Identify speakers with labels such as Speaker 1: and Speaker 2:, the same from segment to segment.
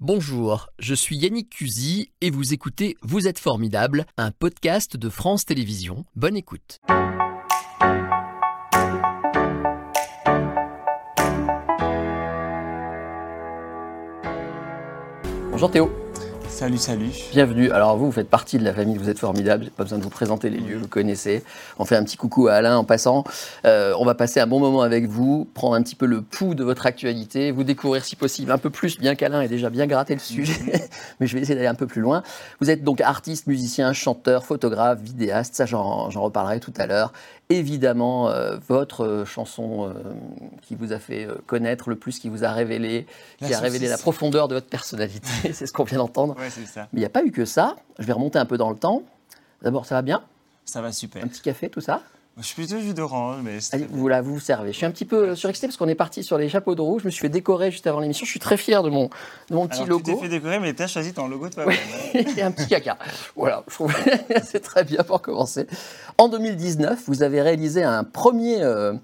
Speaker 1: Bonjour, je suis Yannick Cusy et vous écoutez Vous êtes formidable, un podcast de France Télévisions. Bonne écoute. Bonjour Théo,
Speaker 2: Salut, salut.
Speaker 1: bienvenue. Alors vous, vous faites partie de la famille Vous êtes formidable, j'ai pas besoin de vous présenter les lieux, vous connaissez. On fait un petit coucou à Alain en passant. Euh, on va passer un bon moment avec vous, prendre un petit peu le pouls de votre actualité, vous découvrir si possible un peu plus, bien qu'Alain ait déjà bien gratté le sujet, mais je vais essayer d'aller un peu plus loin. Vous êtes donc artiste, musicien, chanteur, photographe, vidéaste, ça j'en j'en reparlerai tout à l'heure. Évidemment, euh, votre euh, chanson euh, qui vous a fait euh, connaître le plus, qui vous a révélé,
Speaker 2: La
Speaker 1: qui a révélé
Speaker 2: saucisse.
Speaker 1: la profondeur de votre personnalité, c'est ce qu'on vient d'entendre.
Speaker 2: Ouais, c'est ça.
Speaker 1: Mais il n'y a pas eu que ça. Je vais remonter un peu dans le temps. D'abord, ça va bien
Speaker 2: Ça va super.
Speaker 1: Un petit café, tout ça
Speaker 2: Je suis plutôt jus d'orange, mais c'est
Speaker 1: Allez, vous, là, vous vous servez. Je suis un petit peu euh, surexcité parce qu'on est parti sur les chapeaux de roue. Je me suis fait décorer juste avant l'émission. Je suis très fier de mon, de mon petit
Speaker 2: Alors, tu t'es
Speaker 1: logo.
Speaker 2: fait décorer, mais t'as choisi ton logo hein. de toi.
Speaker 1: et un petit caca. Voilà, je trouve que c'est très bien pour commencer. En 2019, vous avez réalisé un premier, euh,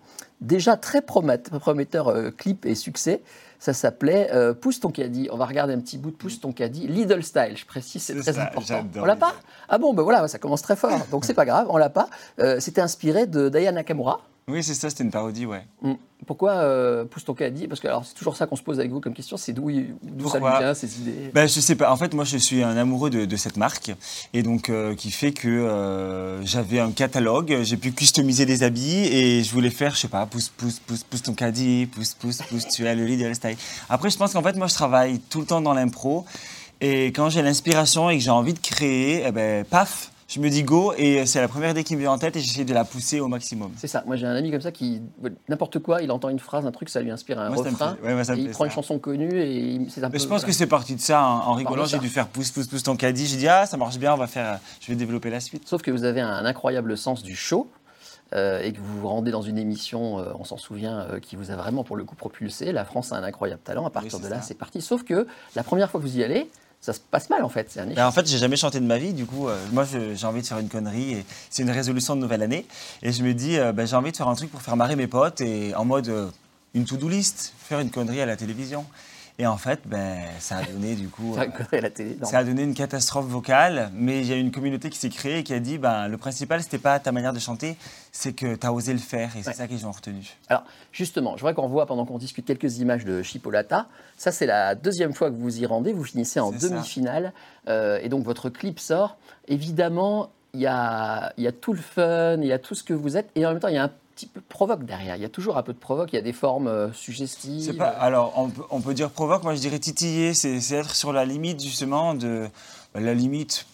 Speaker 1: déjà très promet- prometteur euh, clip et succès. Ça s'appelait euh, Pousse ton caddie. On va regarder un petit bout de Pousse ton caddie. Lidl style, je précise, c'est
Speaker 2: C'est
Speaker 1: très
Speaker 2: ça,
Speaker 1: important.
Speaker 2: j'adore
Speaker 1: On l'a
Speaker 2: Lidl.
Speaker 1: pas Ah bon, ben voilà, ça commence très fort. Donc c'est pas grave, on l'a pas. Euh, C'était inspiré de Diana Nakamura.
Speaker 2: oui, c'est ça, c'était une parodie, ouais.
Speaker 1: Mm. Pourquoi euh, Pousse ton caddie Parce que alors c'est toujours ça qu'on se pose avec vous comme question, c'est d'où il- d'où ça lui
Speaker 2: Pourquoi
Speaker 1: vient ces idées.
Speaker 2: Bah, je sais pas. En fait, moi, je suis un amoureux de, de cette marque. Et donc, euh, qui fait que euh, j'avais un catalogue, j'ai pu customiser des habits et je voulais faire, je sais pas, pousse, pousse, pousse, pousse ton caddie, pousse, pousse, pousse, tu as le Lidl style. Après, je pense qu'en fait, moi, je travaille tout le temps dans l'impro. Et quand j'ai l'inspiration et que j'ai envie de créer, eh ben, paf, je me dis go. Et c'est la première idée qui me vient en tête et j'essaie de la pousser au maximum.
Speaker 1: C'est ça. Moi, j'ai un ami comme ça qui, n'importe quoi, il entend une phrase, un truc, ça lui inspire un
Speaker 2: Moi, ça me
Speaker 1: refrain.
Speaker 2: fait- ouais, moi, ça me
Speaker 1: et il
Speaker 2: fait
Speaker 1: prend
Speaker 2: ça.
Speaker 1: une chanson connue et il- c'est un peu.
Speaker 2: Mais je pense que c'est parti de ça. hein. En rigolant,
Speaker 1: de ça.
Speaker 2: j'ai dû faire pousse, pousse, pousse ton caddie. J'ai dit, ah, ça marche bien, on va faire, je vais développer la suite.
Speaker 1: Sauf que vous avez un incroyable sens du show euh, et que vous vous rendez dans une émission, euh, on s'en souvient, euh, qui vous a vraiment pour le coup propulsé. La France a un incroyable talent. À partir
Speaker 2: c'est
Speaker 1: de là,
Speaker 2: ça.
Speaker 1: c'est parti. Sauf que la première fois que vous y allez, ça se passe mal en fait. C'est un échec.
Speaker 2: Ben, en fait, j'ai jamais chanté de ma vie, du coup, euh, moi je- j'ai envie de faire une connerie. et C'est une résolution de nouvelle année. Et je me dis, euh, ben, j'ai envie de faire un truc pour faire marrer mes potes et en mode euh, une to-do list, faire une connerie à la télévision. Et en fait, ben, ça a donné du coup.
Speaker 1: Faire une
Speaker 2: euh,
Speaker 1: connerie à la télé. non.
Speaker 2: ça a donné une catastrophe vocale, mais il y a une communauté qui s'est créée et qui a dit ben, le principal, c'était pas ta manière de chanter, c'est que tu as osé le faire, et c'est
Speaker 1: Ouais.
Speaker 2: ça qu'ils ont retenu.
Speaker 1: Alors, justement, je voudrais qu'on voit pendant qu'on discute quelques images de Chipolata. Ça, c'est la deuxième fois que vous y rendez. Vous finissez en
Speaker 2: C'est ça.
Speaker 1: demi-finale. euh, et donc, votre clip sort. Évidemment, il y a, il y a tout le fun, il y a tout ce que vous êtes. Et en même temps, il y a un petit peu de provoque derrière. Il y a toujours un peu de provoque. Il y a des formes euh,
Speaker 2: C'est
Speaker 1: suggestives.
Speaker 2: pas. Alors, on peut, on peut dire provoque. Moi, je dirais titiller. C'est c'est être sur la limite justement de bah, la limite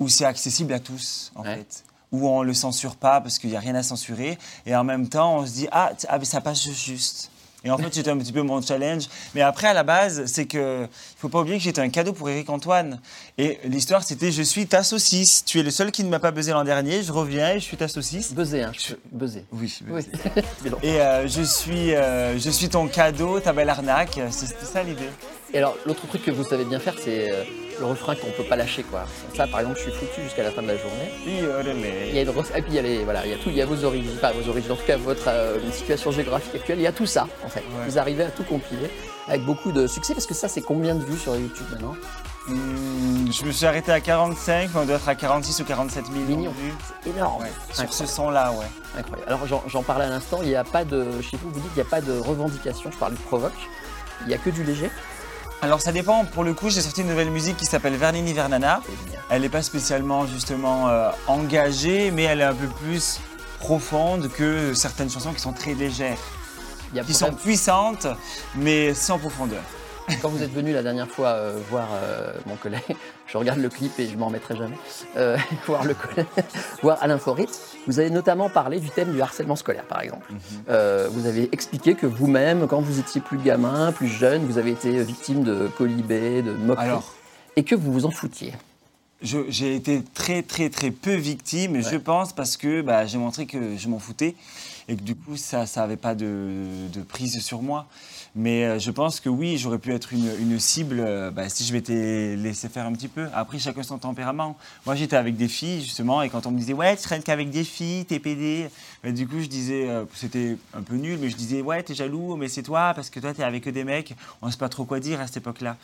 Speaker 2: où c'est accessible à tous, en
Speaker 1: Ouais.
Speaker 2: fait. Où on le censure pas parce qu'il n'y a rien à censurer. Et en même temps, on se dit ah, t- ah mais ça passe juste. Et en fait, c'était un petit peu mon challenge. Mais après, à la base, c'est que il faut pas oublier que j'étais un cadeau pour Eric Antoine. Et l'histoire, c'était je suis ta saucisse. Tu es le seul qui ne m'a pas buzzé l'an dernier. Je reviens et je suis ta saucisse.
Speaker 1: Buzzer, hein, je peux buzzer.
Speaker 2: Oui.
Speaker 1: Oui. Mais non.
Speaker 2: Et euh, je suis euh, je suis ton cadeau, ta belle arnaque. C'est- C'était ça l'idée.
Speaker 1: Et alors, l'autre truc que vous savez bien faire, c'est euh, le refrain qu'on peut pas lâcher. Quoi. Ça, par exemple, je suis foutu jusqu'à la fin de la journée.
Speaker 2: Oui, oh là là.
Speaker 1: Il y a une ref- et puis il y a les- voilà, il y a tout, il y a vos origines, pas vos origines, en tout cas votre euh, situation géographique actuelle, il y a tout ça en fait.
Speaker 2: Ouais.
Speaker 1: Vous arrivez à tout compiler avec beaucoup de succès parce que ça c'est combien de vues sur YouTube maintenant
Speaker 2: Hmm, je me suis arrêté à 45, mais on doit être à 46 ou 47 millions.
Speaker 1: Millions.
Speaker 2: de vues.
Speaker 1: C'est énorme,
Speaker 2: Ouais, sur
Speaker 1: incroyable,
Speaker 2: ce son-là, ouais.
Speaker 1: incroyable. Alors j'en- j'en parlais à l'instant, il n'y a pas de chez vous, vous dites qu'il n'y a pas de revendication, je parle de provoque, il n'y a que du léger.
Speaker 2: Alors ça dépend, pour le coup, j'ai sorti une nouvelle musique qui s'appelle Vernini Vernana.
Speaker 1: Et bien,
Speaker 2: Elle n'est pas spécialement, justement, euh, engagée, mais elle est un peu plus profonde que certaines chansons qui sont très légères,
Speaker 1: il y a
Speaker 2: qui sont
Speaker 1: vraiment-
Speaker 2: puissantes, mais sans profondeur.
Speaker 1: Quand vous êtes venu la dernière fois euh, voir euh, mon collègue, je regarde le clip et je m'en remettrai jamais, euh, voir le collègue, voir Alain Forit, vous avez notamment parlé du thème du harcèlement scolaire par exemple. Euh, vous avez expliqué que vous-même, quand vous étiez plus gamin, plus jeune, vous avez été victime de colibés, de moqueries,
Speaker 2: Alors,
Speaker 1: et que vous vous en foutiez.
Speaker 2: Je- J'ai été très très très peu victime,
Speaker 1: Ouais.
Speaker 2: je pense, parce que bah, j'ai montré que je m'en foutais. et que du coup, ça, ça n'avait pas de, de prise sur moi. Mais euh, je pense que oui, j'aurais pu être une, une cible euh, bah, si je m'étais laissé faire un petit peu. Après, chacun son tempérament. Moi, j'étais avec des filles, justement, et quand on me disait, ouais, tu traînes qu'avec des filles, t'es PD, bah, du coup, je disais, euh, c'était un peu nul, mais je disais, ouais, t'es jaloux, mais c'est toi, parce que toi, t'es avec que des mecs, on sait pas trop quoi dire à cette époque-là.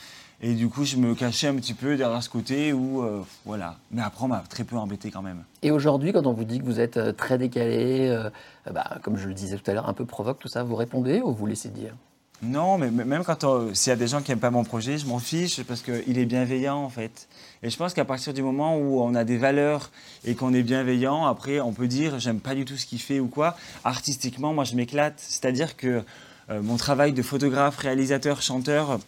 Speaker 2: Et du coup, je me cachais un petit peu derrière ce côté où, euh, voilà. Mais après, on m'a très peu embêté quand même.
Speaker 1: Et aujourd'hui, quand on vous dit que vous êtes euh, très décalé, euh, bah, comme je le disais tout à l'heure, un peu provoque, tout ça, vous répondez ou vous laissez dire
Speaker 2: Non, mais m- même quand on- s'il y a des gens qui n'aiment pas mon projet, je m'en fiche parce qu'il est bienveillant en fait. Et je pense qu'à partir du moment où on a des valeurs et qu'on est bienveillant, après on peut dire j'aime pas du tout ce qu'il fait ou quoi. Artistiquement, moi je m'éclate. C'est-à-dire que euh, mon travail de photographe, réalisateur, chanteur,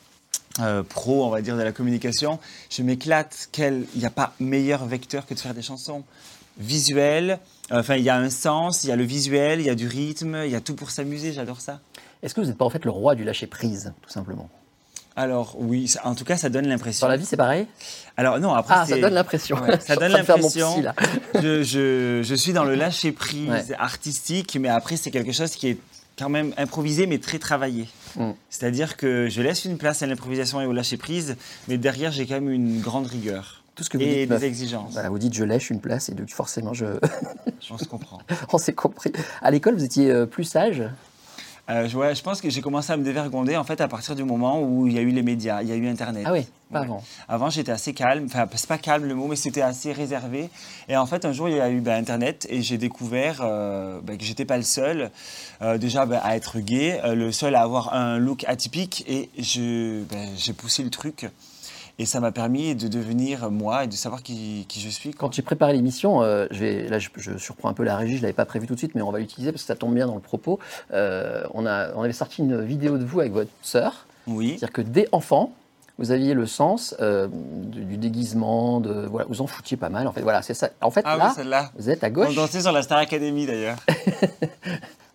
Speaker 2: euh, pro, on va dire, de la communication, je m'éclate. Quel- Il n'y a pas meilleur vecteur que de faire des chansons visuelles. Euh, Enfin, il y a un sens, il y a le visuel, il y a du rythme, il y a tout pour s'amuser. J'adore ça.
Speaker 1: Est-ce que vous n'êtes pas en fait le roi du lâcher prise, tout simplement
Speaker 2: Alors oui, ça- en tout cas, ça donne l'impression.
Speaker 1: Sur la vie, c'est pareil
Speaker 2: Alors non, après
Speaker 1: Ah,
Speaker 2: c'est-
Speaker 1: ça donne l'impression.
Speaker 2: Ouais,
Speaker 1: Je
Speaker 2: ça
Speaker 1: suis
Speaker 2: donne
Speaker 1: en train de faire mon
Speaker 2: l'impression.
Speaker 1: psy, là.
Speaker 2: je, je- je suis dans le lâcher prise
Speaker 1: Ouais.
Speaker 2: artistique, mais après c'est quelque chose qui est quand même improvisé mais très travaillé.
Speaker 1: Mm.
Speaker 2: C'est-à-dire que je laisse une place à l'improvisation et au lâcher prise, mais derrière j'ai quand même une grande rigueur
Speaker 1: Tout ce que vous
Speaker 2: et
Speaker 1: dites,
Speaker 2: des
Speaker 1: meuf.
Speaker 2: exigences.
Speaker 1: Voilà, vous dites je lèche une place et donc forcément je...
Speaker 2: On se comprend.
Speaker 1: on s'est compris. À l'école, vous étiez euh, plus sage
Speaker 2: Euh, je- ouais, je pense que j'ai commencé à me dévergonder en fait à partir du moment où il y a eu les médias, il y a eu Internet.
Speaker 1: Ah oui, pas
Speaker 2: Ouais.
Speaker 1: avant.
Speaker 2: Avant, j'étais assez calme, enfin, c'est pas calme le mot, mais c'était assez réservé. Et en fait, un jour, il y a eu bah, Internet et j'ai découvert euh, bah, que j'étais pas le seul, euh, déjà bah, à être gay, euh, le seul à avoir un look atypique. Et je- bah, j'ai poussé le truc. Et ça m'a permis de devenir moi et de savoir qui, qui je suis. quoi.
Speaker 1: Quand j'ai préparé l'émission, euh, je vais- là je, je surprends un peu la régie, je l'avais pas prévu tout de suite, mais on va l'utiliser parce que ça tombe bien dans le propos. Euh, on, a, on avait sorti une vidéo de vous avec votre sœur,
Speaker 2: Oui.
Speaker 1: c'est-à-dire que dès enfant, vous aviez le sens euh, du, du déguisement, de voilà, vous en foutiez pas mal en fait. Voilà, c'est ça. En fait
Speaker 2: Ah
Speaker 1: là,
Speaker 2: oui, celle-là.
Speaker 1: vous êtes à
Speaker 2: On
Speaker 1: gauche,
Speaker 2: dansait sur la Star Academy d'ailleurs.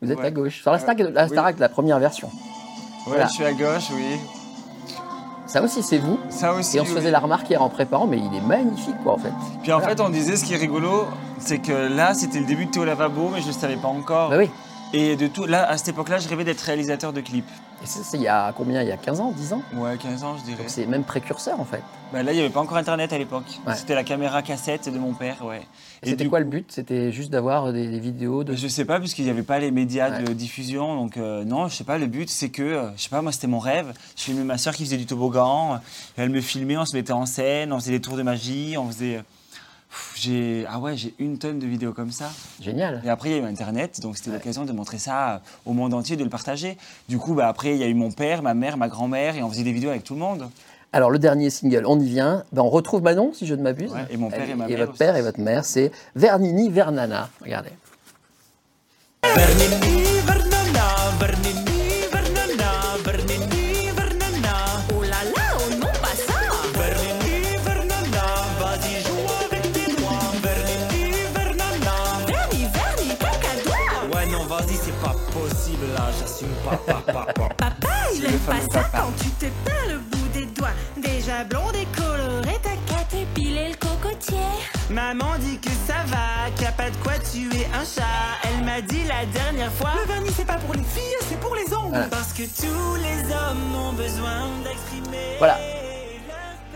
Speaker 1: vous êtes
Speaker 2: Oh, ouais.
Speaker 1: à gauche. Sur la Starac, la,
Speaker 2: Oui.
Speaker 1: Starac, la première version. Voilà.
Speaker 2: Ouais, je suis à gauche, oui.
Speaker 1: Ça aussi c'est vous.
Speaker 2: Ça aussi.
Speaker 1: Et on se
Speaker 2: oui.
Speaker 1: faisait la remarque hier en préparant, mais il est magnifique quoi en fait.
Speaker 2: Puis en
Speaker 1: Voilà.
Speaker 2: fait, on disait ce qui est rigolo, c'est que là, c'était le début de Théo Lavabo, mais je ne le savais pas encore.
Speaker 1: Bah oui.
Speaker 2: Et de tout, là, à cette époque-là, je rêvais d'être réalisateur de clips.
Speaker 1: Et ça, c'est il y a combien Il y a 15 ans, 10 ans
Speaker 2: Ouais, 15 ans, je dirais.
Speaker 1: Donc c'est même précurseur en fait.
Speaker 2: Bah, là, il n'y avait pas encore Internet à l'époque.
Speaker 1: Ouais.
Speaker 2: C'était la caméra cassette de mon père, ouais.
Speaker 1: Et C'était
Speaker 2: du
Speaker 1: quoi le but C'était juste d'avoir des, des vidéos de.
Speaker 2: Je sais pas, puisqu'il n'y avait pas les médias de
Speaker 1: Ouais.
Speaker 2: diffusion. Donc, euh, non, je sais pas, le but, c'est que, euh, je sais pas, moi, c'était mon rêve. Je filmais ma soeur qui faisait du toboggan. euh, Elle me filmait, on se mettait en scène, on faisait des tours de magie, on faisait. euh, pff, J'ai. Ah ouais, j'ai une tonne de vidéos comme ça.
Speaker 1: Génial.
Speaker 2: Et après, il y a eu Internet, donc c'était l'occasion de montrer ça euh, au monde entier, de le partager. Du coup, bah, après, il y a eu mon père, ma mère, ma grand-mère, et on faisait des vidéos avec tout le monde.
Speaker 1: Alors, le dernier single, on y vient. Ben, on retrouve Manon, si je ne m'abuse.
Speaker 2: Ouais, et mon père et ma mère
Speaker 1: votre
Speaker 2: aussi.
Speaker 1: père et votre mère, c'est Vernini Vernana. Regardez.
Speaker 3: Vernini, Vernana, Vernini, Vernana, Vernini, Vernana.
Speaker 4: Oh là là, on ne monte pas ça
Speaker 3: Vernini, Vernana, vas-y joue avec tes doigts. Vernini, Vernana.
Speaker 4: Verni, verni, cacadois
Speaker 3: Ouais non vas-y c'est pas possible là, j'assume pas, pas, pas, pas.
Speaker 4: Papa, il
Speaker 2: le
Speaker 4: aime pas
Speaker 2: fameux
Speaker 4: ça
Speaker 2: papa.
Speaker 4: quand tu te peins le bout des doigts Déjà blond, décoloré, t'as qu'à t'épiler le cocotier
Speaker 3: Maman dit que ça va, qu'il y a pas de quoi tuer un chat. Elle m'a dit la dernière fois. Le vernis c'est pas pour les filles, c'est pour les ongles.
Speaker 1: Voilà.
Speaker 3: Parce que tous les hommes ont besoin d'exprimer.
Speaker 1: Voilà.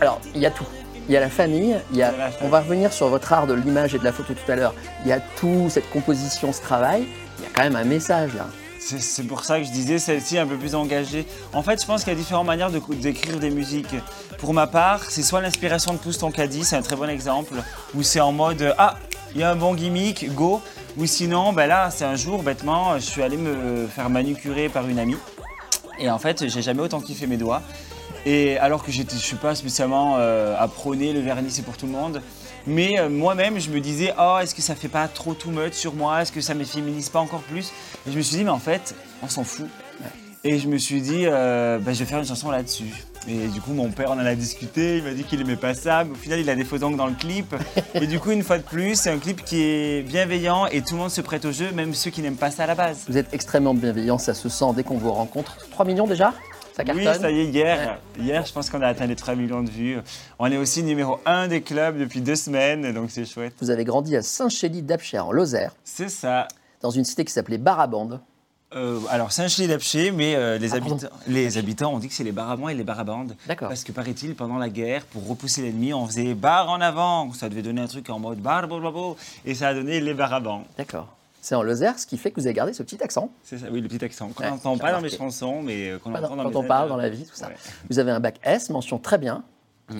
Speaker 3: leur
Speaker 1: Alors,
Speaker 3: petite
Speaker 1: il y a tout.
Speaker 3: part de
Speaker 1: Il y a la famille, il y a...
Speaker 2: Il y a la famille.
Speaker 1: on va revenir sur votre art de l'image et de la photo tout à l'heure. Il y a tout, cette composition, ce travail. Il y a quand même un message là.
Speaker 2: C'est c'est pour ça que je disais celle-ci un peu plus engagée. En fait, je pense qu'il y a différentes manières de- d'écrire des musiques. Pour ma part, c'est soit l'inspiration de Pouce ton caddie, c'est un très bon exemple, où c'est en mode euh, ah, il y a un bon gimmick, go. Ou sinon, ben là, c'est un jour, bêtement, je suis allé me faire manucurer par une amie. Et en fait, j'ai jamais autant kiffé mes doigts. Et alors que j'étais, je suis pas spécialement euh, à prôner le vernis c'est pour tout le monde, mais euh, moi-même je me disais oh est-ce que ça fait pas trop too much sur moi, est-ce que ça m'efféminise pas encore plus Et je me suis dit mais en fait on s'en fout. Et je me suis dit euh, bah, je vais faire une chanson là-dessus. Et du coup mon père on en a discuté, il m'a dit qu'il aimait pas ça, mais au final il a des faux ongles dans le clip. et du coup une fois de plus c'est un clip qui est bienveillant et tout le monde se prête au jeu, même ceux qui n'aiment pas ça à la base.
Speaker 1: Vous êtes extrêmement bienveillant, ça se sent dès qu'on vous rencontre. 3 millions déjà Ça
Speaker 2: Oui,
Speaker 1: cartonne
Speaker 2: ça y est, hier, hier, je pense qu'on a atteint les 3 millions de vues. On est aussi numéro 1 des clubs depuis deux semaines, donc c'est chouette.
Speaker 1: Vous avez grandi à Saint-Chély d'Apcher, en Lozère.
Speaker 2: C'est ça.
Speaker 1: dans une cité qui s'appelait Barabande.
Speaker 2: Euh, alors, saint chély d'Apché, mais euh, les,
Speaker 1: Ah,
Speaker 2: habitants- les habitants ont dit que c'est les barabans et les barabandes.
Speaker 1: D'accord.
Speaker 2: Parce que, paraît-il, pendant la guerre, pour repousser l'ennemi, on faisait barre en avant. Ça devait donner un truc en mode bar, bo, bo, bo. et ça a donné les barabans.
Speaker 1: D'accord. C'est en Lozère, ce qui fait que vous avez gardé ce petit accent.
Speaker 2: C'est ça, oui, le petit accent. Qu'on
Speaker 1: Ouais,
Speaker 2: n'entend
Speaker 1: j'ai
Speaker 2: pas dans mes
Speaker 1: remarqué.
Speaker 2: chansons, mais euh, qu'on
Speaker 1: Pas dans-
Speaker 2: entend dans
Speaker 1: quand on
Speaker 2: mes
Speaker 1: parle dans la vie, tout ça.
Speaker 2: Ouais. Mm.
Speaker 1: Vous avez un bac S, mention très bien.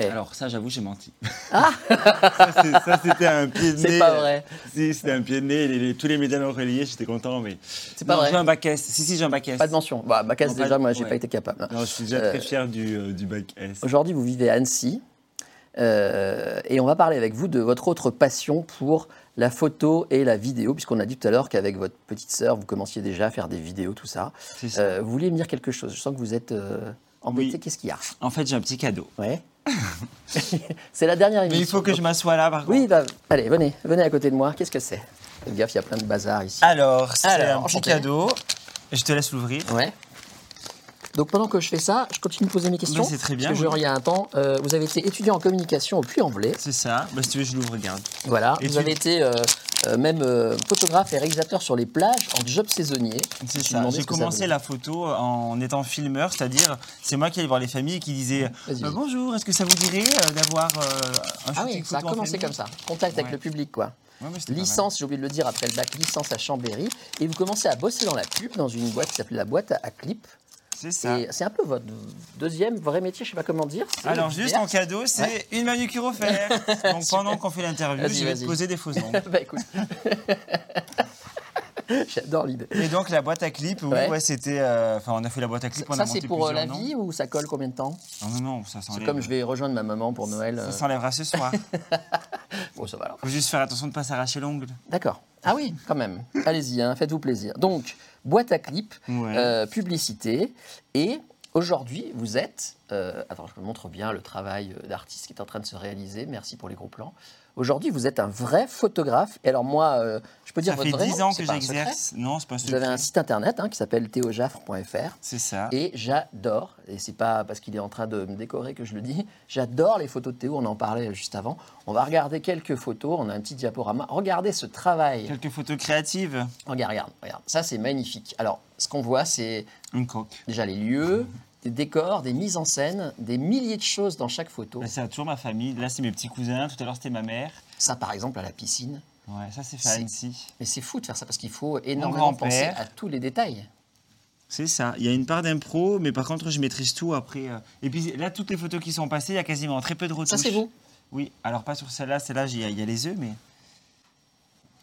Speaker 1: Eh.
Speaker 2: Alors, ça, j'avoue, j'ai menti. ça, c'est- ça, c'était un pied de nez.
Speaker 1: Ah. C'est pas vrai.
Speaker 2: Si, c'était un pied de nez. Les- les- tous les médaillons reliés, j'étais content, mais. C'est
Speaker 1: pas vrai.
Speaker 2: J'ai un bac S. Si, si, j'ai un bac S.
Speaker 1: Pas de mention. Bah, bac S,
Speaker 2: Non, pas
Speaker 1: déjà,
Speaker 2: de-
Speaker 1: moi, j'ai
Speaker 2: ouais.
Speaker 1: pas été capable.
Speaker 2: Non, je suis déjà
Speaker 1: Euh,
Speaker 2: très fier du, euh, du bac S.
Speaker 1: Aujourd'hui, vous vivez à Annecy. euh, et on va parler avec vous de votre autre passion pour la photo et la vidéo, puisqu'on a dit tout à l'heure qu'avec votre petite sœur, vous commenciez déjà à faire des vidéos, tout ça.
Speaker 2: C'est ça.
Speaker 1: Euh, vous vouliez me dire quelque chose Je sens que vous êtes euh, embêté.
Speaker 2: Oui.
Speaker 1: Qu'est-ce qu'il y a
Speaker 2: En fait, j'ai un petit cadeau.
Speaker 1: Ouais. c'est la dernière émission.
Speaker 2: Mais il faut que je m'assoie là, par contre.
Speaker 1: Oui, bah, allez, venez, venez à côté de moi. Qu'est-ce que c'est Faites gaffe, il y a plein de bazar ici.
Speaker 2: Alors, c'est
Speaker 1: Alors,
Speaker 2: un petit
Speaker 1: enchanté.
Speaker 2: cadeau. Je te laisse l'ouvrir.
Speaker 1: Ouais. Donc pendant que je fais ça, je continue de poser mes questions.
Speaker 2: Mais c'est très bien,
Speaker 1: Parce que
Speaker 2: oui.
Speaker 1: genre, il y a un temps, euh, vous avez été étudiant en communication au Puy-en-Velay.
Speaker 2: C'est ça. Bah, si tu veux, je l'ouvre, regarde.
Speaker 1: Voilà.
Speaker 2: Et
Speaker 1: vous
Speaker 2: tu-
Speaker 1: avez été euh, euh, même euh, photographe et réalisateur sur les plages en job saisonnier. Je
Speaker 2: C'est
Speaker 1: me suis
Speaker 2: ça.
Speaker 1: demandé
Speaker 2: J'ai
Speaker 1: ce que ça
Speaker 2: commencé
Speaker 1: voulait.
Speaker 2: la photo euh, en étant filmeur, c'est-à-dire, c'est moi qui allais voir les familles et qui disais
Speaker 1: Vas-y,
Speaker 2: euh,
Speaker 1: vas-y.
Speaker 2: Bonjour, est-ce que ça vous dirait euh, d'avoir euh, un shooting
Speaker 1: Ah oui, ça a
Speaker 2: photo en
Speaker 1: commencé
Speaker 2: famille
Speaker 1: comme ça. Contact avec
Speaker 2: Ouais. Ah
Speaker 1: le public, quoi.
Speaker 2: Ouais, mais c'était pas mal.
Speaker 1: Licence, j'ai oublié de le dire, après le bac, licence à Chambéry. Et vous commencez à bosser dans la pub, dans une boîte qui s'appelle la boîte à, à clip.
Speaker 2: C'est ça.
Speaker 1: Et c'est un peu votre deuxième vrai métier, je sais pas comment dire. C'est
Speaker 2: Alors,
Speaker 1: le
Speaker 2: juste
Speaker 1: PR.
Speaker 2: en cadeau, c'est
Speaker 1: Ouais.
Speaker 2: une manucure offerte. Donc, pendant qu'on fait l'interview,
Speaker 1: Vas-y,
Speaker 2: je vais
Speaker 1: vas-y.
Speaker 2: te poser des faux ongles.
Speaker 1: bah écoute. J'adore l'idée.
Speaker 2: Et donc, la boîte à clip, oui,
Speaker 1: Ouais.
Speaker 2: ouais, c'était. euh, Enfin, on a fait la boîte à clip, on a
Speaker 1: Ça,
Speaker 2: monté
Speaker 1: c'est pour euh,
Speaker 2: plusieurs
Speaker 1: la
Speaker 2: noms.
Speaker 1: vie ou ça colle combien de temps
Speaker 2: Non, non, non, ça
Speaker 1: C'est
Speaker 2: s'enlève.
Speaker 1: comme je vais rejoindre ma maman pour Noël. euh,
Speaker 2: Ça s'enlèvera ce soir.
Speaker 1: Bon, ça va alors.
Speaker 2: Faut juste faire attention de ne pas s'arracher l'ongle.
Speaker 1: D'accord. Ah oui, quand même. Allez-y, hein, faites-vous plaisir. Donc, boîte à clip,
Speaker 2: Ouais.
Speaker 1: euh, publicité. Et aujourd'hui, vous êtes. euh, attends, je vous montre bien le travail euh, d'artiste qui est en train de se réaliser. Merci pour les gros plans. Aujourd'hui, vous êtes un vrai photographe. Et alors, moi, euh, je peux dire
Speaker 2: Ça
Speaker 1: votre
Speaker 2: fait
Speaker 1: vrai
Speaker 2: 10
Speaker 1: nom,
Speaker 2: ans
Speaker 1: c'est
Speaker 2: que
Speaker 1: pas un secret.
Speaker 2: j'exerce. Non, c'est pas un
Speaker 1: Vous avez
Speaker 2: secret.
Speaker 1: un site internet hein, qui s'appelle théojaffre.fr.
Speaker 2: C'est ça.
Speaker 1: Et j'adore, et c'est pas parce qu'il est en train de me décorer que je le dis, j'adore les photos de Théo, on en parlait juste avant. On va regarder quelques photos, on a un petit diaporama. Regardez ce travail.
Speaker 2: Quelques photos créatives.
Speaker 1: Regarde, regarde, regarde. Ça, c'est magnifique. Alors, ce qu'on voit, c'est
Speaker 2: Une coque.
Speaker 1: déjà les lieux, des décors, des mises en scène, des milliers de choses dans chaque photo.
Speaker 2: Là, Bah, c'est toujours ma famille. Là, c'est mes petits cousins. Tout à l'heure, c'était ma mère.
Speaker 1: Ça, par exemple, à la piscine.
Speaker 2: Ouais, ça, c'est fait à
Speaker 1: C'est-
Speaker 2: Annecy.
Speaker 1: Mais c'est fou de faire ça parce qu'il faut énormément penser
Speaker 2: grand-père.
Speaker 1: à tous les détails.
Speaker 2: C'est ça. Il y a une part d'impro, mais par contre, je maîtrise tout après. euh. Et puis là, toutes les photos qui sont passées, il y a quasiment très peu de
Speaker 1: Ça,
Speaker 2: retouches.
Speaker 1: c'est vous.
Speaker 2: Oui. Alors, pas sur celle-là. Celle-là, il y, a- il y a les œufs, mais.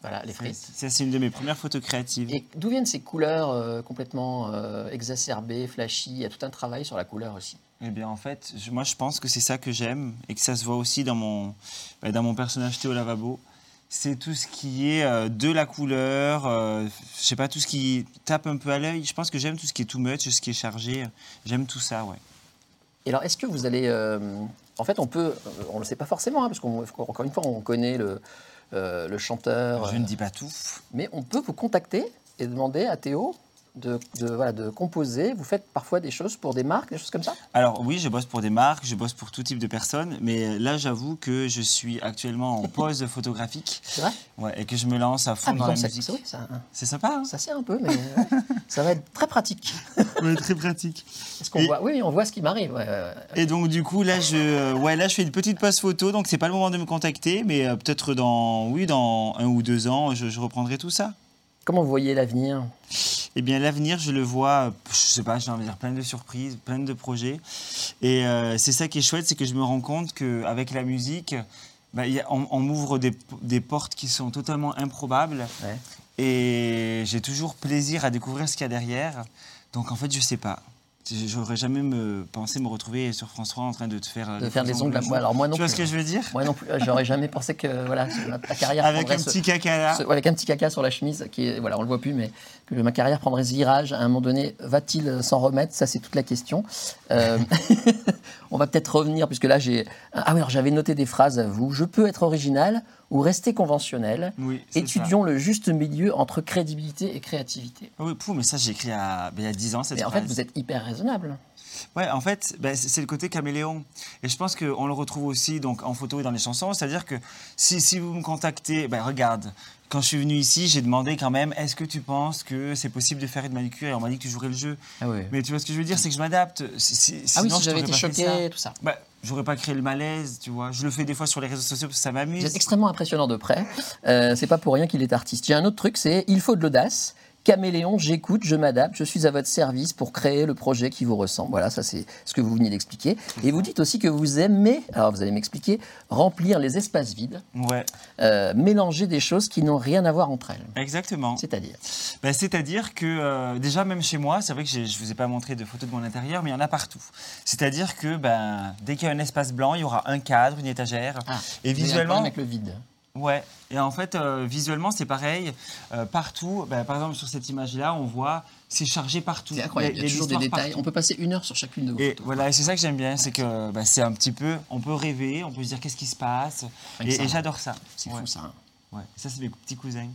Speaker 1: Voilà, Ah, les frites.
Speaker 2: Ça, c'est une de mes premières photos créatives.
Speaker 1: Et d'où viennent ces couleurs euh, complètement euh, exacerbées, flashy Il y a tout un travail sur la couleur aussi.
Speaker 2: Eh bien, en fait, je- moi, je pense que c'est ça que j'aime et que ça se voit aussi dans mon, bah, dans mon personnage Théo Lavabo. C'est tout ce qui est euh, de la couleur, euh, je sais pas, tout ce qui tape un peu à l'œil. Je pense que j'aime tout ce qui est too much, ce qui est chargé. J'aime tout ça, ouais.
Speaker 1: Et alors, est-ce que vous allez. euh, en fait, on peut. On ne le sait pas forcément, hein, parce qu'encore une fois, on connaît le, euh, le chanteur.
Speaker 2: Je
Speaker 1: euh,
Speaker 2: ne dis pas tout.
Speaker 1: Mais on peut vous contacter et demander à Théo de, de, voilà, de composer. Vous faites parfois des choses pour des marques, des choses comme ça
Speaker 2: Alors oui, je bosse pour des marques, je bosse pour tout type de personnes, mais là, j'avoue que je suis actuellement en pause photographique
Speaker 1: C'est vrai
Speaker 2: ouais, et que je me lance à fond
Speaker 1: Ah, mais
Speaker 2: dans
Speaker 1: non,
Speaker 2: la
Speaker 1: Ah, ça,
Speaker 2: musique.
Speaker 1: c'est vrai, ça,
Speaker 2: C'est sympa, hein
Speaker 1: ça sert un peu, mais euh, ça va être très pratique.
Speaker 2: Ouais, Très pratique.
Speaker 1: Est-ce qu'on
Speaker 2: Et-
Speaker 1: voit Oui, on voit ce qui m'arrive. ouais, ouais, ouais.
Speaker 2: Et donc du coup là je euh, ouais là je fais une petite pause photo donc c'est pas le moment de me contacter mais euh, peut-être dans oui dans un ou deux ans je, je reprendrai tout ça.
Speaker 1: Comment vous voyez l'avenir
Speaker 2: Eh bien l'avenir je le vois euh, je sais pas j'ai envie de dire plein de surprises plein de projets et euh, c'est ça qui est chouette c'est que je me rends compte que avec la musique bah, il y a- on, on m'ouvre des, des portes qui sont totalement improbables
Speaker 1: Ouais.
Speaker 2: et j'ai toujours plaisir à découvrir ce qu'il y a derrière donc en fait je sais pas. J- J'aurais jamais me, pensé me retrouver sur France 3 en train de te faire, euh,
Speaker 1: De faire des ongles à moi.
Speaker 2: moi
Speaker 1: Alors, moi non
Speaker 2: Tu vois
Speaker 1: plus. hein.
Speaker 2: ce que je veux dire
Speaker 1: Moi non plus, j'aurais jamais pensé que voilà, ma ma carrière
Speaker 2: Avec
Speaker 1: prendrait
Speaker 2: un
Speaker 1: ce-
Speaker 2: petit caca là.
Speaker 1: Ce- ouais, avec un petit caca sur la chemise, qui est- voilà, on le voit plus, mais que ma carrière prendrait ce virage. À un moment donné, va-t-il euh, s'en remettre Ça, c'est toute la question. Euh, on va peut-être revenir, puisque là, j'ai. Ah oui, alors j'avais noté des phrases à vous. Je peux être original ou rester conventionnel.
Speaker 2: Oui, c'est
Speaker 1: Étudions le juste milieu entre crédibilité et créativité.
Speaker 2: Ah Oui, pou, mais ça j'ai écrit à- ben, il y a 10 ans cette
Speaker 1: Mais en fait,
Speaker 2: phrase.
Speaker 1: vous êtes hyper raisonnable.
Speaker 2: Ouais, en fait, ben, c'est c'est le côté caméléon. Et je pense qu'on le retrouve aussi donc, en photo et dans les chansons. C'est-à-dire que si, si vous me contactez, ben, regarde, quand je suis venu ici, j'ai demandé quand même est-ce que tu penses que c'est possible de faire une manucure Et on m'a dit que tu jouerais le jeu.
Speaker 1: Ah, ouais.
Speaker 2: Mais tu vois ce que je veux dire C'est que je m'adapte. Si- si-
Speaker 1: ah oui,
Speaker 2: sinon,
Speaker 1: si
Speaker 2: je
Speaker 1: j'avais été
Speaker 2: t'aurais pas fait ça.
Speaker 1: choqué, tout ça.
Speaker 2: Bah, j'aurais pas créé le malaise, tu vois. Je le fais des fois sur les réseaux sociaux parce que ça m'amuse.
Speaker 1: C'est extrêmement impressionnant de près. Euh, c'est pas pour rien qu'il est artiste. Il y a un autre truc, c'est il faut de l'audace. Caméléon, j'écoute, je m'adapte, je suis à votre service pour créer le projet qui vous ressemble. Voilà, ça c'est ce que vous venez d'expliquer. Et vous dites aussi que vous aimez, alors vous allez m'expliquer, remplir les espaces vides,
Speaker 2: Ouais,
Speaker 1: euh, mélanger des choses qui n'ont rien à voir entre elles.
Speaker 2: exactement.
Speaker 1: C'est-à-dire
Speaker 2: Bah, C'est-à-dire que euh, déjà même chez moi, c'est vrai que j'ai- je ne vous ai pas montré de photos de mon intérieur, mais il y en a partout. C'est-à-dire que ben, dès qu'il y a un espace blanc, il y aura un cadre, une étagère. et
Speaker 1: vous avez un
Speaker 2: visuellement,
Speaker 1: problème avec le vide.
Speaker 2: Ouais, et en fait, euh, visuellement, c'est pareil. Euh, partout, bah, par exemple, sur cette image-là, on voit, c'est chargé partout.
Speaker 1: C'est incroyable,
Speaker 2: Les-
Speaker 1: il y a
Speaker 2: les
Speaker 1: toujours des
Speaker 2: histoires
Speaker 1: détails.
Speaker 2: partout.
Speaker 1: On peut passer une heure sur chacune de vos
Speaker 2: Et
Speaker 1: photos.
Speaker 2: voilà, et c'est ça que j'aime bien, c'est que bah, c'est un petit peu, on peut rêver, on peut se dire qu'est-ce qui se passe.
Speaker 1: Rien que
Speaker 2: Et,
Speaker 1: ça.
Speaker 2: et j'adore ça.
Speaker 1: C'est
Speaker 2: Ouais.
Speaker 1: fou ça. hein.
Speaker 2: Ouais, ça c'est mes petits cousins.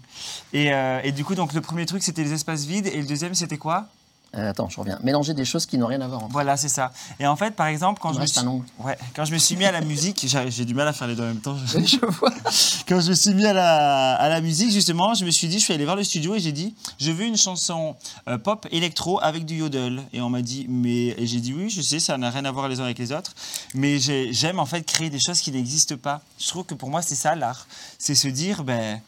Speaker 2: Et, euh, et du coup, donc le premier truc c'était les espaces vides et le deuxième c'était quoi
Speaker 1: Euh, attends, je reviens. Mélanger des choses qui n'ont rien à voir entre
Speaker 2: Voilà, c'est ça. Et en fait, par exemple, quand
Speaker 1: Il
Speaker 2: je
Speaker 1: me
Speaker 2: me
Speaker 1: reste
Speaker 2: suis,
Speaker 1: un ongle.
Speaker 2: ouais, quand je me suis mis à la musique, j'ai j'ai du mal à faire les deux en même temps.
Speaker 1: elles. Je vois.
Speaker 2: quand je me suis mis à la, à la musique, justement, je me suis dit, je suis allé voir le studio et j'ai dit, je veux une chanson euh, pop électro avec du yodel. Et on m'a dit, mais et j'ai dit oui, je sais, ça n'a rien à voir les uns avec les autres, mais j'ai- j'aime en fait créer des choses qui n'existent pas. Je trouve que pour moi, c'est ça l'art, c'est se dire, ben,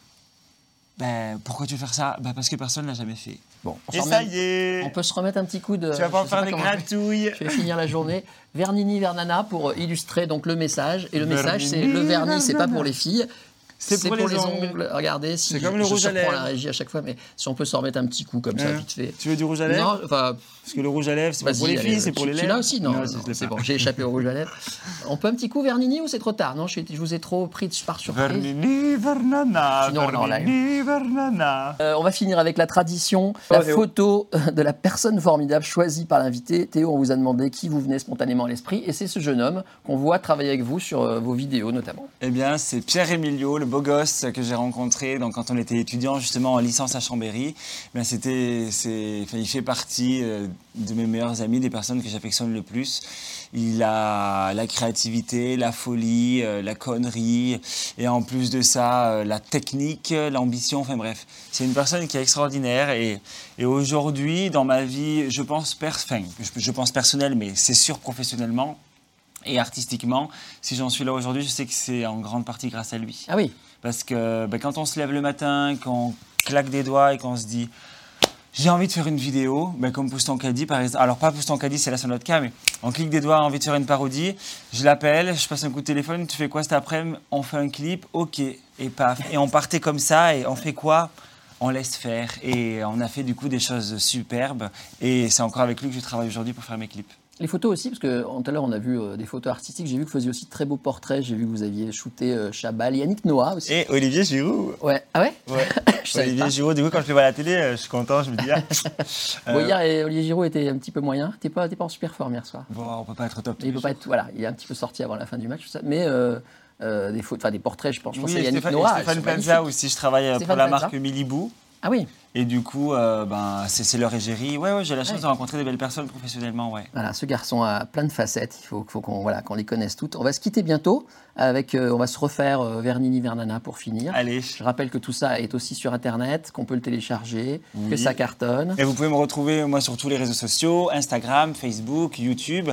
Speaker 2: ben, pourquoi tu veux faire ça Ben, parce que personne l'a jamais fait.
Speaker 1: Bon, on
Speaker 2: Et
Speaker 1: s'en
Speaker 2: ça
Speaker 1: remet-
Speaker 2: y est,
Speaker 1: On peut se remettre un petit coup de.
Speaker 2: tu vas pas en
Speaker 1: je sais
Speaker 2: faire des
Speaker 1: comment-
Speaker 2: gratouilles.
Speaker 1: Je vais finir la journée. Vernini Vernana pour illustrer donc le message. Et le message, c'est le
Speaker 2: Vernini,
Speaker 1: vernis, c'est pas
Speaker 2: Vernana.
Speaker 1: pour les filles.
Speaker 2: C'est pour les ongles.
Speaker 1: Regardez, si
Speaker 2: C'est
Speaker 1: je-
Speaker 2: comme le
Speaker 1: je
Speaker 2: rouge à
Speaker 1: surprends la
Speaker 2: lèvres.
Speaker 1: régie à chaque fois, mais si on peut s'en remettre un petit coup comme ça,
Speaker 2: Hein.
Speaker 1: vite fait.
Speaker 2: Tu veux du rouge à lèvres
Speaker 1: Non, enfin,
Speaker 2: Parce que le rouge à lèvres, c'est pas pour
Speaker 1: vas-y,
Speaker 2: les
Speaker 1: allez,
Speaker 2: filles, c'est pour
Speaker 1: tu-
Speaker 2: les
Speaker 1: tu
Speaker 2: lèvres.
Speaker 1: l'as aussi, non,
Speaker 2: Non,
Speaker 1: non,
Speaker 2: je l'ai
Speaker 1: c'est
Speaker 2: pas.
Speaker 1: bon, j'ai échappé au rouge à lèvres. On peut un petit coup Vernini ou c'est trop tard Non, je, suis- je vous ai trop pris de, par surprise.
Speaker 2: Vernini, Vernana,
Speaker 1: Sinon, on est en
Speaker 2: Vernini, Ah, Vernana.
Speaker 1: Euh, on va finir avec la tradition, la
Speaker 2: Oh, Théo.
Speaker 1: photo euh, de la personne formidable choisie par l'invité. Théo, on vous a demandé qui vous venait spontanément à l'esprit, et c'est ce jeune homme qu'on voit travailler avec vous sur euh, vos vidéos notamment.
Speaker 2: Eh bien, c'est Pierre Emilio, le beau gosse que j'ai rencontré donc, quand on était étudiant justement en licence à Chambéry. Eh bien, c'était, c'est, enfin, il fait partie euh, de mes meilleurs amis, des personnes que j'affectionne le plus. Il a la créativité, la folie, euh, la connerie, et en plus de ça, euh, la technique, euh, l'ambition. Enfin bref, c'est une personne qui est extraordinaire. Et, et aujourd'hui, dans ma vie, je pense, pers- enfin, je- je pense personnelle, mais c'est sûr professionnellement, et artistiquement, si j'en suis là aujourd'hui, je sais que c'est en grande partie grâce à lui.
Speaker 1: Ah oui,
Speaker 2: Parce que ben, quand on se lève le matin, qu'on claque des doigts et qu'on se dit j'ai envie de faire une vidéo, ben, comme Poustancadi par exemple. Alors pas Poustancadi, c'est la seule autre cas, mais on clique des doigts, envie de faire une parodie, je l'appelle, je passe un coup de téléphone, tu fais quoi cet après-midi On fait un clip, ok, et paf. Et on partait comme ça, et on fait quoi on laisse faire et on a fait du coup des choses superbes et c'est encore avec lui que je travaille aujourd'hui pour faire mes clips.
Speaker 1: les photos aussi, parce que en- tout à l'heure on a vu euh, des photos artistiques, j'ai vu que vous faisiez aussi de très beaux portraits, j'ai vu que vous aviez shooté euh, Chabal, Yannick Noah aussi.
Speaker 2: Et Olivier Giroud
Speaker 1: Ouais. Ah ouais
Speaker 2: Ouais.
Speaker 1: Je savais
Speaker 2: Olivier
Speaker 1: pas.
Speaker 2: Giraud, du coup, quand je le vois à la télé, euh, je suis content, je me dis. ah, euh,
Speaker 1: Bon, hier, eh, Olivier Giroud était un petit peu moyen, t'es pas, t'es pas en super forme hier soir.
Speaker 2: bon, on peut pas être au top. tous
Speaker 1: Il
Speaker 2: les
Speaker 1: peut pas être, voilà, il est un petit peu sorti avant la fin du match, tout ça. mais euh, euh, des, photos, enfin, des portraits, je pense, je
Speaker 2: jours.
Speaker 1: pense
Speaker 2: Oui,
Speaker 1: à
Speaker 2: et
Speaker 1: Yannick
Speaker 2: Stéphane,
Speaker 1: Noah.
Speaker 2: et
Speaker 1: elles
Speaker 2: Stéphane
Speaker 1: sont
Speaker 2: Plaza
Speaker 1: magnifiques.
Speaker 2: aussi, je travaille euh, pour
Speaker 1: Stéphane
Speaker 2: la
Speaker 1: Plaza.
Speaker 2: marque Milibou.
Speaker 1: Ah oui
Speaker 2: Et du coup, euh, ben, c'est c'est leur égérie. Ouais, ouais, j'ai la chance
Speaker 1: Ouais.
Speaker 2: de rencontrer des belles personnes professionnellement, ouais.
Speaker 1: Voilà, ce garçon a plein de facettes. Il faut, faut qu'on voilà, qu'on les connaisse toutes. On va se quitter bientôt. Avec, euh, on va se refaire euh, Vernini Vernana pour finir.
Speaker 2: Allez.
Speaker 1: Je rappelle que tout ça est aussi sur Internet, qu'on peut le télécharger, que ça cartonne.
Speaker 2: Et vous pouvez me retrouver, moi, sur tous les réseaux sociaux Instagram, Facebook, YouTube.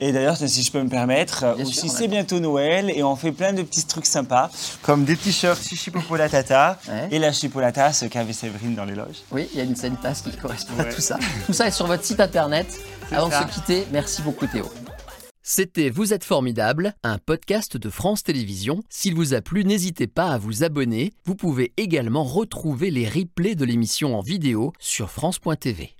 Speaker 2: Et d'ailleurs, si je peux me permettre, euh,
Speaker 1: Bien
Speaker 2: aussi,
Speaker 1: sûr, on
Speaker 2: c'est
Speaker 1: attend.
Speaker 2: bientôt Noël et on fait plein de petits trucs sympas, comme des t-shirts Chichipopolatata
Speaker 1: Ouais.
Speaker 2: et la Chipolata, ce qu'avait Séverine dans les loges.
Speaker 1: Oui, il y a une scène tasse qui correspond à
Speaker 2: Ouais.
Speaker 1: tout ça. Tout ça est sur votre site Internet. Avant
Speaker 2: ça.
Speaker 1: de se quitter, merci beaucoup Théo. C'était Vous êtes formidable, un podcast de France Télévisions. S'il vous a plu, n'hésitez pas à vous abonner. Vous pouvez également retrouver les replays de l'émission en vidéo sur France.tv.